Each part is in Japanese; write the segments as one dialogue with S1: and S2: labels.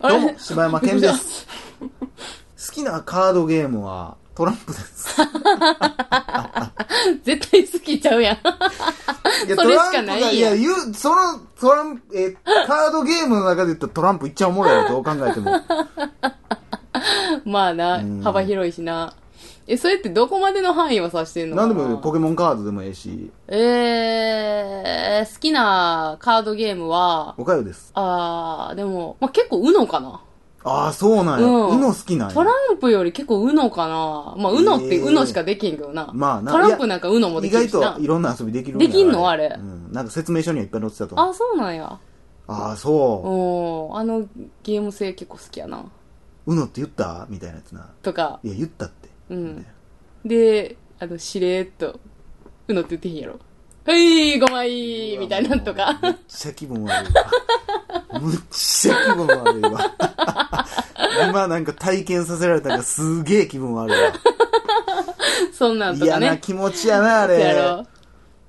S1: どうも、柴山健です。 好きなカードゲームはトランプです。
S2: 絶対好きちゃうやん。
S1: いや
S2: それしかな
S1: トラン
S2: い
S1: プがいや、言う、そのトランプ、え、カードゲームの中で言ったらトランプいっちゃおもろいよ、どう考え ても。
S2: まあな
S1: うん、
S2: 幅広いしな。え、それってどこまでの範囲を指してんの
S1: 何
S2: か
S1: で
S2: な
S1: もいいよポケモンカードでもええし、
S2: えー、好きなカードゲームは、
S1: おかよです。
S2: あー、でも、まあ、結構 UNO かな。
S1: ああ、そうなんや。
S2: う
S1: う
S2: ん
S1: の好きなんや。
S2: トランプより結構 UNO かな。まあ、UNO っ
S1: え
S2: て
S1: ー
S2: UNO しかできへんけどな。
S1: まあな
S2: トランプなんか UNO もで
S1: 意
S2: きる
S1: 外
S2: しな
S1: と。いろんな遊びできる
S2: できんのあれ
S1: うん。なんか説明書にはいっぱい載ってたと思う。
S2: あ、そうなんや。
S1: ああ、そ
S2: うん。あのゲーム性結構好きやな。
S1: う。うのって言ったみたいなやつな。
S2: とか。
S1: いや、言ったって。
S2: うん。で、あの、しれーっと、UNO って言ってへんやろ。はい、5枚みたいなんとか。
S1: むっちゃ気分悪い わ。むっちゃ気分悪いわ。今なんか体験させられたからすげえ気分悪いわ。
S2: そんなんとか
S1: 嫌な
S2: ね。
S1: 気持ちやな、あ
S2: や
S1: れ。
S2: ろ。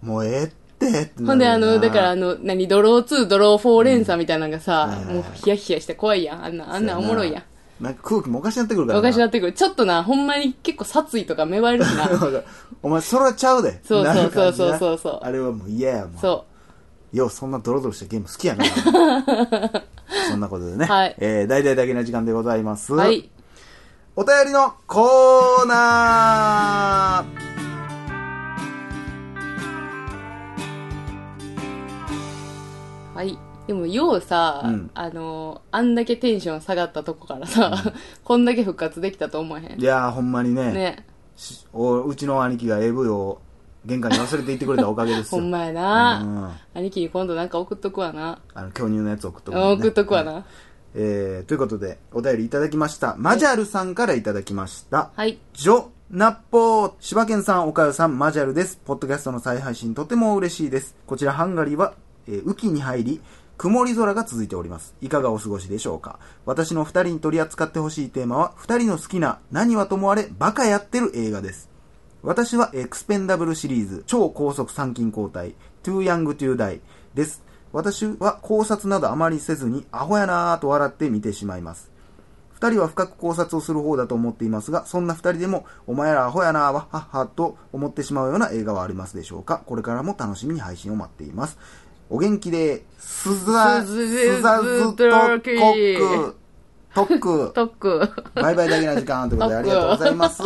S1: もうええってってな
S2: ほん
S1: る
S2: で、
S1: よな
S2: あの、だから、あの、何、ドロー2、ドロー4連鎖みたいなのがさ、
S1: うん
S2: もうヒヤヒヤして怖いやん。あんな、あんなおもろいやん。。
S1: なんか空気もおかしになってくるからな。
S2: おかしなってくる。ちょっとな、ほんまに結構殺意とか芽生えるし な。
S1: わかる お前、それはちゃうで。
S2: そうそう
S1: なる感じな
S2: そうそうそうそう
S1: あれはもう嫌や、もう。
S2: そ
S1: よう、そんなドロドロしたゲーム好き やな。そんなことでね。
S2: はい
S1: えー、大々だけな時間でございます。
S2: う。はい。
S1: お便りのコーナー
S2: はい。でも、ようさ、
S1: うん
S2: あの、あんだけテンション下がったとこからさ、こんだけ復活できたと思わへん
S1: い。やー、ほんまにね
S2: ね。
S1: しおうちの兄貴が AV を玄関に忘れていってくれたおかげです
S2: ほ
S1: よ。
S2: んまや
S1: う
S2: な。
S1: ん。
S2: 兄貴に今度なんか送っとくわな。
S1: あの、巨乳のやつ送っとく、
S2: 送っとくわ
S1: は
S2: な。
S1: いえー、ということで、お便りいただきました。マジャルさんからいただきました。
S2: はい。
S1: ジョ、ナッポー、柴犬さん、岡代さん、マジャルです。ポッドキャストの再配信とても嬉しいです。こちらハンガリーは、えー雨季に入り、曇り空が続いております。いかがお過ごしでしょうか私の二人に取り扱ってほしいテーマは、二人の好きな、何はともあれ、バカやってる映画です。私はエクスペンダブルシリーズ、超高速参勤交代、Too Young to Die です。私は考察などあまりせずに、アホやなぁと笑って見てしまいます。二人は深く考察をする方だと思っていますが、そんな二人でも、お前らアホやなぁ、わっはっはと思ってしまうような映画はありますでしょうかこれからも楽しみに配信を待っています。お元気で、すざ、
S2: すず
S1: すざずっとコック、トック、
S2: トック。
S1: バイバイだけな時間ということでありがとうございます。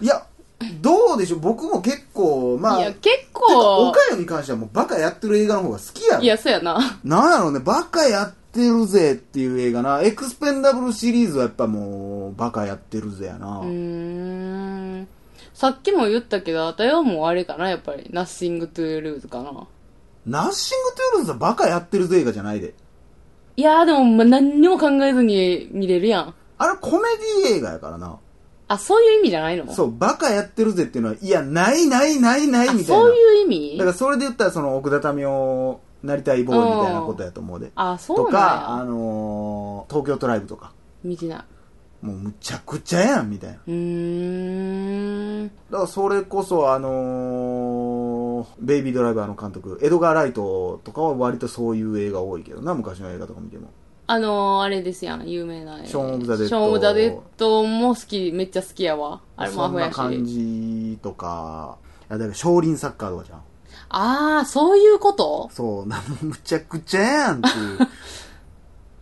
S1: いや、どうでしょう僕も結構、まあ、
S2: いや、結
S1: てか
S2: 構
S1: 岡、山に関してはもうバカやってる映画の方が好きやろ
S2: いや、そうやな。
S1: なんやろうね、バカやってるぜっていう映画な。エクスペンダブルシリーズはやっぱもう、バカやってるぜやな。
S2: うーん。さっきも言ったけど、あたよもうあれかな、やっぱり。ナッシングトゥールーズかな。
S1: ナッシング・トゥールーズはバカやってるぜ映画じゃないで。
S2: いやーでも、ま、何にも考えずに見れるやん。
S1: あれコメディ映画やからな。
S2: あ、そういう意味じゃないのう。
S1: そう、バカやってるぜっていうのは、いや、ないないないない
S2: あ、
S1: みたいな。
S2: そういう意味
S1: だからそれで言ったら、その、奥田民生なりたいボーイみたいなことやと思うで。
S2: あ、そう
S1: と
S2: なん
S1: か、
S2: や
S1: あ。のー東京トライブとか、
S2: 見てない。
S1: もうむちゃくちゃやん、みたいな。
S2: うーん。
S1: だからそれこそ、あのーベイビードライバーの監督、エドガー・ライトとかは割とそういう映画多いけどな、昔の映画とか見ても。
S2: あのー、あれですやん、有名な。
S1: ショーンオブザデッド
S2: ショーンオブザデッドも好き、めっちゃ好きやわ。あれもア
S1: そん
S2: ホ
S1: な
S2: や
S1: 感
S2: し。
S1: じとか、いやだから少林サッカーとかじゃん。
S2: あー、そういうこと
S1: そう、なむちゃくちゃやんって いう。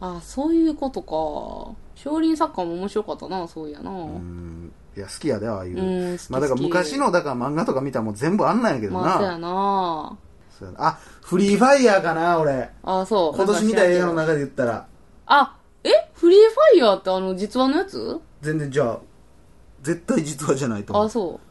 S2: あー、そういうことか。少林サッカーも面白かったな、そういやな。
S1: う
S2: うん
S1: いや、好きやで、ああいう。
S2: ん、好き
S1: まあだから昔。の、だから漫画とか見たらもう全部あんなんやけ
S2: 好き
S1: ど
S2: まあ、そう
S1: な。
S2: やな。
S1: そうやなあ、フリーファイヤーかな、俺。
S2: あー、そう。
S1: 今年見た映画の中で言ったら。
S2: あ、えフリーファイヤーってあの、実話のやつ
S1: 全然じゃあ絶対実話じゃないと思
S2: あ、
S1: う
S2: そう。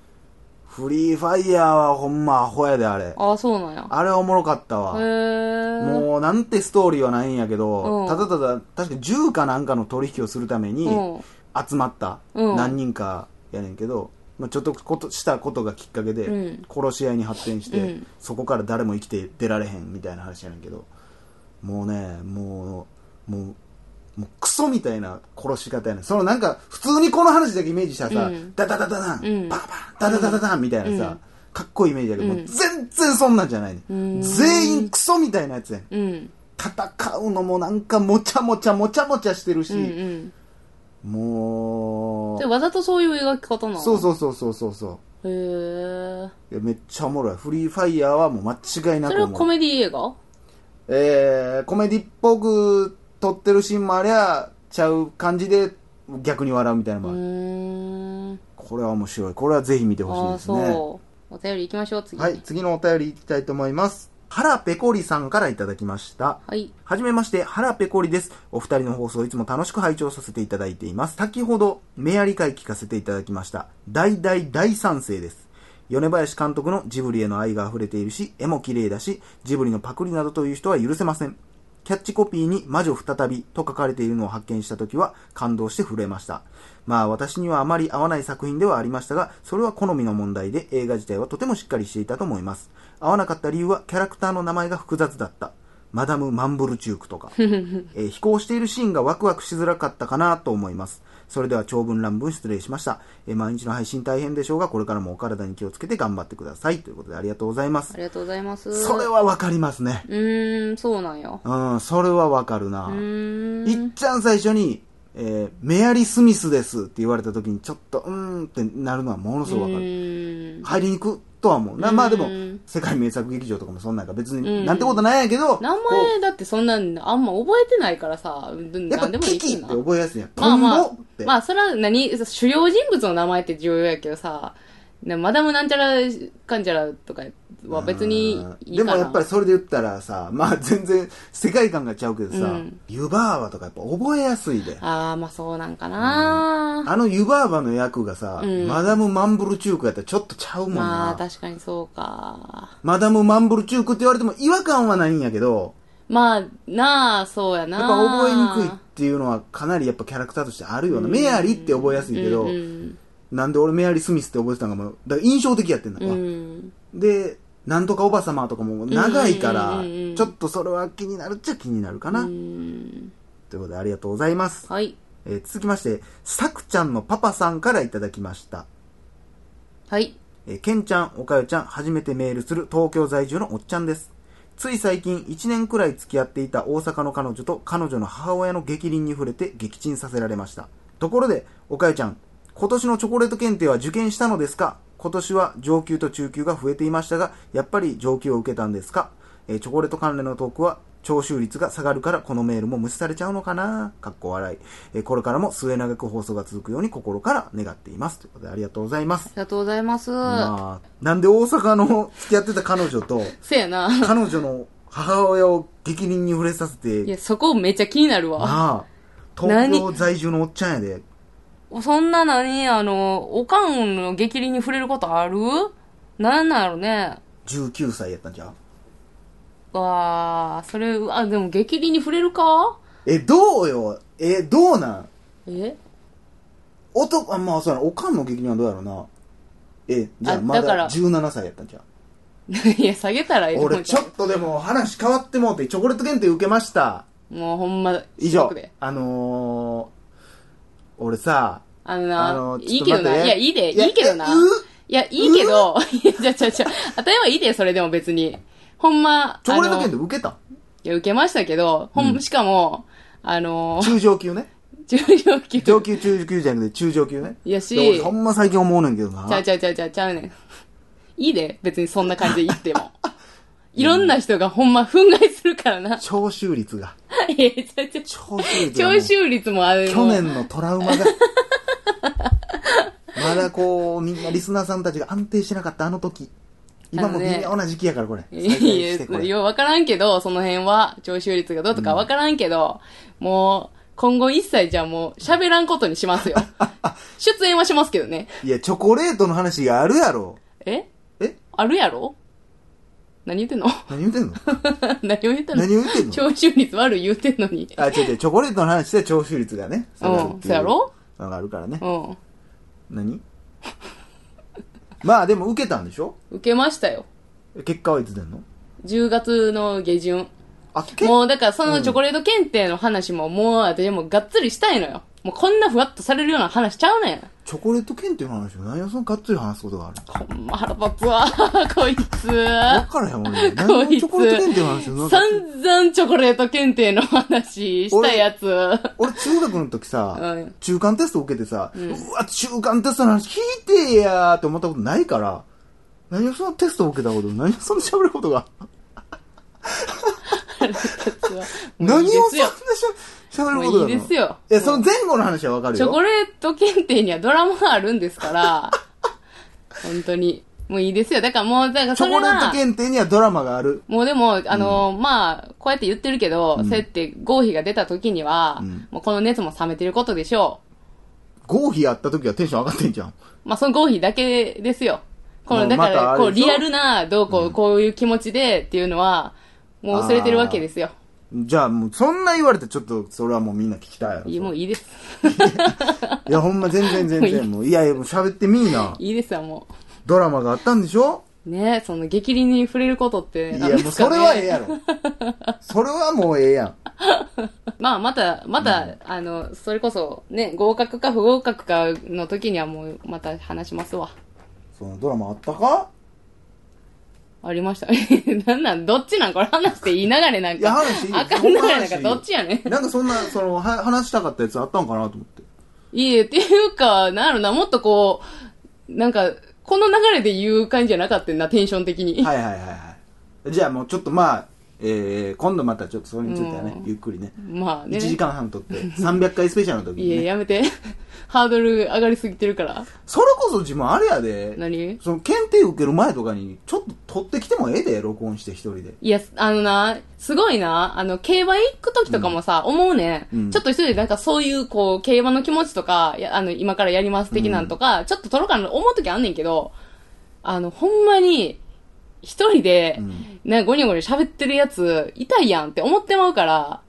S1: フリーファイヤーはほんまアホやであれあ
S2: あ、そうなんや。
S1: れはおもろかった
S2: へ
S1: わ
S2: ー。
S1: もうなんてストーリーはないんやけど、
S2: うん
S1: ただただ確か銃かなんかの取引をするために
S2: うん。
S1: 集まった
S2: うん
S1: 何人かやねんけど、まあ、ちょっとことしたことがきっかけ
S2: う
S1: で
S2: ん
S1: 殺し合いに発展して、
S2: うん
S1: そこから誰も生きて出られへんみたいな話やねんけどもうねもうもうもうクソみたいな殺し方やねんそのなんか普通にこの話だけイメージしたらさ、
S2: うん
S1: ダダダダダン、
S2: うん
S1: パンパンダダダダダンみたいなさ、
S2: うん
S1: かっこいいイメージだけど、もううん全然そんなんじゃないねん
S2: うん
S1: 全員クソみたいなやつやねん
S2: うん。
S1: 戦うのもなんかもちゃもちゃもちゃもちゃしてる
S2: うん
S1: し、
S2: うん。
S1: も
S2: で、
S1: う、
S2: わざとそういう描き方なの
S1: そうそうそうそうそうそう。
S2: う。へ
S1: い
S2: え。
S1: やめっちゃおもろい。フリーファイヤーはもう間違いな
S2: それ
S1: く
S2: はコ
S1: もう。
S2: メディ映画
S1: えー、コメディっぽく撮ってるシーンもありゃ、ちゃう感じで逆に笑うみたいなの
S2: う
S1: もある、
S2: ーん。
S1: これは面白い。これはぜひ見てほしい
S2: ああ、
S1: ですね。
S2: そう。お便り行きましょう、次。
S1: はい、。次のお便りいきたいと思います。原ペコリさんからいただきました。
S2: はい。
S1: はじめまして、原ペコリです。お二人の放送いつも楽しく拝聴させていただいています。先ほど、メアリ会聞かせていただきました。大大大賛成です。米林監督のジブリへの愛が溢れているし、絵も綺麗だし、ジブリのパクリなどという人は許せません。キャッチコピーに魔女再びと書かれているのを発見した時は感動して震えました。まあ私にはあまり合わない作品ではありましたが、それは好みの問題で映画自体はとてもしっかりしていたと思います。合わなかった理由はキャラクターの名前が複雑だった。マダム・マンブルチュークと か、えー飛行しているシーンがワクワクしづらかったかなと思います。それでは長文乱文失礼しました。えー毎日の配信大変でしょうが、これからもお体に気をつけて頑張ってください。ということでありがとうございま
S2: あ
S1: す。
S2: りがとうございます。
S1: それ。はわかりますね。
S2: うーん、そうなんよ。
S1: うん、それはわかるな。
S2: うーん。
S1: いっちゃん最初に、えーメアリー・スミスですって言われた時にちょっと、うーんってなるのはものすごくわか
S2: う
S1: る。
S2: ーん
S1: 入りに行くとは思う。なまあでも
S2: うん、
S1: 世界名作劇場とかもそんなんか別
S2: う
S1: に、
S2: ん
S1: なんてことないんやけど、
S2: 名
S1: こう
S2: 前だってそんなんあんま覚えてないからさ、ど
S1: や
S2: な
S1: っ
S2: ん
S1: ぱ
S2: でもい
S1: キ
S2: い
S1: キ
S2: し
S1: って
S2: な。
S1: 覚えやすいやん。
S2: ま
S1: ト
S2: あ
S1: ン
S2: ま
S1: ボ
S2: あ
S1: って。、
S2: まあそれは何、主要人物の名前って重要やけどさ、なマダムなんちゃらかんちゃらとかは別にいい
S1: で
S2: か
S1: も
S2: な。
S1: やっぱりそれで言ったらさ、まあ 全然世界観がちゃうけど
S2: う
S1: さ
S2: ん、
S1: 湯婆婆とかやっぱ覚えやすいで。
S2: ああ、まあそうなんかな、
S1: あの湯婆婆の役がさ、
S2: うん
S1: マダム・マンブルチュークやったらちょっとちゃうもん
S2: まあ
S1: な。
S2: 確かにそうか。
S1: マダム・マンブルチュークって言われても違和感はないんやけど、
S2: まあ、なあ、そうやな
S1: やっぱ覚えにくいっていうのはかなりやっぱキャラクターとしてあるような。メアリーって覚えやすいけど、
S2: うん
S1: なんで俺メアリー・スミスって覚えてたんかも、だから印象的やってんだ
S2: うんうん。
S1: で、なんとかおばさまとかも長いから
S2: うんうんうんう、ん
S1: ちょっとそれは気になるっちゃ気になるかな。
S2: うん
S1: ということでありがとうございます。
S2: はい。
S1: えー続きまして、さくちゃんのパパさんからいただきました。
S2: はい。
S1: えー、ケンちゃん、おかよちゃん、初めてメールする東京在住のおっちゃんです。つい最近1年くらい付き合っていた大阪の彼女と彼女の母親の激鱗に触れて撃沈させられました。ところで、おかよちゃん、今年のチョコレート検定は受験したのですか今年は上級と中級が増えていましたが、やっぱり上級を受けたんですかえーチョコレート関連のトークは徴収率が下がるからこのメールも無視されちゃうのかなかっこ笑い、えーこれからも末永く放送が続くように心から願っています。ということでありがとうございます
S2: あり。がとうございます。
S1: まあ、なんで大阪の付き合ってた彼女と、
S2: せやな。
S1: 彼女の母親を激鱗に触れさせて、
S2: い
S1: な
S2: や、そこめっちゃ気になるわ。
S1: あ、東京在住のおっちゃんやで、
S2: そんな何あの、おかんの激鱗に触れることあるなんなんやろね。
S1: 19歳やったんじゃう
S2: わあ、それ、うわ、でも激鱗に触れるか
S1: え、どうよえ、どうなん
S2: え
S1: 男、あ、まあ、そうやな、おかんの激鱗はどうやろうな。え、じゃあ、
S2: あ
S1: ま
S2: だか
S1: だ
S2: ら
S1: 17歳やったんじゃう
S2: いや、下げたらええと思
S1: 俺、
S2: うけ
S1: ちょ
S2: ど
S1: っとでも話変わってもうて、チョコレート検定受けました。
S2: もうほんま、
S1: 以
S2: ショッ
S1: 上
S2: クで。
S1: あのー、俺さ、
S2: あのな、
S1: あの
S2: いい
S1: ち
S2: け
S1: ょっ
S2: ど
S1: と待
S2: な。
S1: って
S2: いや、いいで、
S1: いや
S2: いいけどな。
S1: え
S2: いうや、いいけど、 いや、じゃあじゃあじゃああたいはいいで、それでも別に。ほんま、
S1: チョコレート
S2: あの
S1: 検定受けた
S2: いや、受けましたけど、ほん、しかも、あの、
S1: 中上級ね。
S2: 重 量級。
S1: 上級中級じゃなくて中上級ね。
S2: いやし
S1: で俺ほんま最近思うねんけどな。
S2: ちゃうちゃうちゃうちゃうちゃうねん。 いいで、別にそんな感じで言っ ても。いろんな人がほんま憤慨するからな。
S1: 徴収率が。
S2: いや、ちゃうちゃうちゃ
S1: 徴収
S2: う
S1: 率がもう。
S2: 徴収率もある
S1: 去年のトラウマが。 まだこう、みんなリスナーさんたちが安定してなかったあの時。今も
S2: あのね
S1: 微妙な時期やからこれ。再開
S2: い
S1: してこ
S2: や、
S1: れ。
S2: ようわからんけど、その辺は、徴収率がどうとかわからんけど、もう、今後一切じゃあもう、喋らんことにします よ。出演はしますけどね。
S1: いや、チョコレートの話があるやろ。
S2: え
S1: え
S2: あるやろ何言ってんの
S1: 何言ってんの
S2: 何を言ってんの
S1: 何を言ってんの
S2: 徴収率悪い言うてんのに。
S1: あ、違う違う、チョコレートの話で徴収率がね。下がる
S2: うん
S1: ってい
S2: そうやろ
S1: のがあるからね
S2: う。ん。
S1: 何 まあでも受けたんでしょ
S2: 受けましたよ。
S1: 結果はいつ出んの
S2: 10月の下旬。
S1: あ、結
S2: もうだからそのチョコレート検定の話ももう私もうがっつりしたいのよ。もうこんなふわっとされるような話しちゃうねん。
S1: チョコレート券っていう話を何をそのがっつり話すことがある
S2: ほんま腹立つわ、 こいつ。
S1: わからへん俺。何を
S2: こい
S1: チョコレート券っていう話をなん
S2: つ。
S1: か
S2: 散々チョコレート検定の話したやつ。
S1: 俺中学の時さ、
S2: うん
S1: 中間テスト受けてさ、うわ、中間テストの話聞いてやーって思ったことないから、何をそのテスト受けたこと、何をそんな喋ることが、
S2: 腹立つわもう
S1: 何
S2: い
S1: を
S2: いで
S1: そ
S2: す
S1: んな
S2: よ
S1: しゃ喋ることが
S2: もういいですよ
S1: いや、その前後の話はわかる
S2: チョコ
S1: よ。
S2: レート検定にはドラマがあるんですから、本当に。もういいですよ。だからもう、だから
S1: チ
S2: そ
S1: ョ
S2: れ
S1: コレート
S2: は、
S1: 検定にはドラマがある。
S2: もうでも、あの、まあ、こうやって言ってるけど、そうやって合否が出た時には、
S1: ん
S2: もうこの熱も冷めてることでしょ
S1: 合否やった時はテンション上がってんじゃん。
S2: う。まあ、その合否だけですよ。こ
S1: もう
S2: の、だか
S1: またあ
S2: ら、
S1: れ
S2: こ
S1: でし
S2: う、
S1: ょ
S2: リアルな、どうこう、こういう気持ちでっていうのは、もう忘れてるわけですよ。
S1: じゃあもう、そんな言われてちょっと、それはもうみんな聞きたいやろ
S2: いいもういいです。
S1: いや、ほんま全然全然、もう、いやいや、もう喋ってみーな。
S2: いいですわ、もう。
S1: ドラマがあったんでしょ
S2: ねその、激凛に触れることって、
S1: い
S2: な
S1: や、
S2: んです
S1: もう
S2: か
S1: そ
S2: ね
S1: れはええや ろ。それはもうええやん。
S2: まあ、また、また、あの、それこそ、ね、合格か不合格かの時にはもう、また話しますわ。
S1: そのドラマあったか
S2: ありました。 えなんなん、どっちなんこれ話していい流れなんか。
S1: いや話いい
S2: あかん
S1: ほ
S2: 流
S1: ん
S2: れ
S1: ま
S2: なん
S1: 話
S2: か、どっちやねん。
S1: なんかそんな、その、は話したかったやつあったんかなと思って。
S2: いえ、っていうか、なんやろな、もっとこう、なんか、この流れで言う感じじゃなかったんな、テンション的に。
S1: はいはいはいはい。じゃあもうちょっとまあ、えー、今度またちょっとそれについてはね、
S2: うん
S1: ゆっくりね。
S2: まあね。
S1: 1時間半撮って、300回スペシャルの時
S2: い
S1: に、
S2: え、
S1: ね。
S2: やめて。ハードル上がりすぎてるから。
S1: それこそ自分あれやで。
S2: 何
S1: その検定受ける前とかに、ちょっと撮ってきてもええで、録音して一人で。
S2: いや、あのな、すごいな、あの、競馬行く時とかもさ、思うね、
S1: うん
S2: ん。ちょっと一人でなんかそういう、こう、競馬の気持ちとか、やあの、今からやります的なんとか、ちょっと取ろうかなと思う時あんねんけど、あの、ほんまに、一人で、
S1: うん
S2: な、ゴニョゴニョ喋ってるやつ、痛いやんって思ってまうから、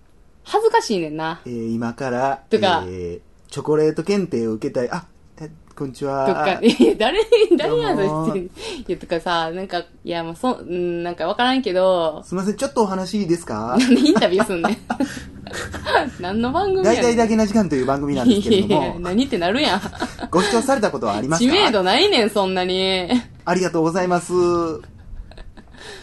S2: 恥ずかしいねんな。
S1: えー、今から、
S2: とか
S1: えー、チョコレート検定を受けたい。あ、えこんにちは。
S2: とか、 いや誰、誰や
S1: どうも
S2: ぞ、いや、とかさ、なんか、いや、まあ、そ、うん、なんかわからん けど、
S1: すみません、ちょっとお話いいです か
S2: なんでインタビューすんねん。何の番組や
S1: 大
S2: ねん。
S1: 体だけな時間という番組なんですけれど
S2: いやいや
S1: も、
S2: 何ってな るやん。
S1: ご視聴されたことはあります
S2: 知
S1: か
S2: 名度ないねん、そんなに。
S1: ありがとうございます。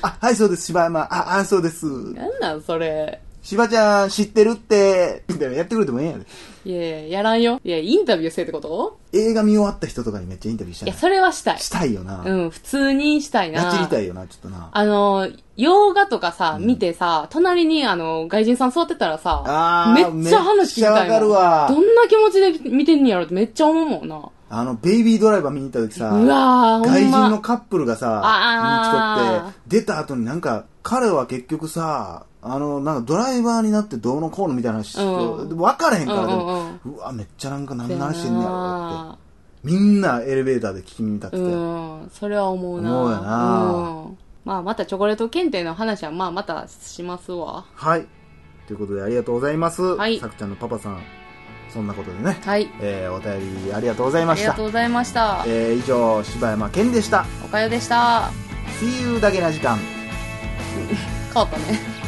S1: あ、はい、そうです、柴山。あ、あ、そうです。
S2: なんなん、それ。
S1: 柴ちゃん知ってるって、みたいなやってくれてもええやん。
S2: いやいや、やらんよ。いや、インタビューせえってこと
S1: 映画見終わった人とかにめっちゃインタビューした
S2: いや、
S1: い。
S2: それはしたい。
S1: したいよな。
S2: うん、普通にしたいな。
S1: やっちりたいよな、ちょっとな。
S2: あの、洋画とかさ、見てさ、隣にあの、外人さん座ってたらさ
S1: あ、
S2: め
S1: ー
S2: っちゃ話聞きたいもん。
S1: めっちゃわかるわ
S2: どんな気持ちで見てんやろってめっちゃ思うもんな。
S1: あの、ベイビードライバー見に行った時さ、
S2: うわー、ほ
S1: 外
S2: ん
S1: 人の
S2: ま。
S1: カップルがさ
S2: あ、ー
S1: 見に来とって、出た後になんか、彼は結局さ、あの、なんかドライバーになってどうのこうのみたいな話、
S2: う
S1: 分
S2: ん
S1: からへんから、でも
S2: うんうん
S1: うわ、めっちゃなんか何
S2: そ
S1: の
S2: や
S1: 話してんねやろっ
S2: な
S1: て。みんなエレベーターで聞き耳立ってて。
S2: うん、それは思うな。
S1: 思うよな
S2: うん。まあ、またチョコレート検定の話は、まあ、またしますわ。
S1: はい。ということでありがとうございます。
S2: はい
S1: さくちゃんのパパさん、そんなことでね、
S2: はい。
S1: えー、お便りありがとうござい
S2: あ
S1: ま
S2: り
S1: し
S2: が
S1: た
S2: とう。ございました。
S1: えー、以上、柴山健でした。
S2: おかよでした。
S1: See you だけな時間。
S2: 変わったね。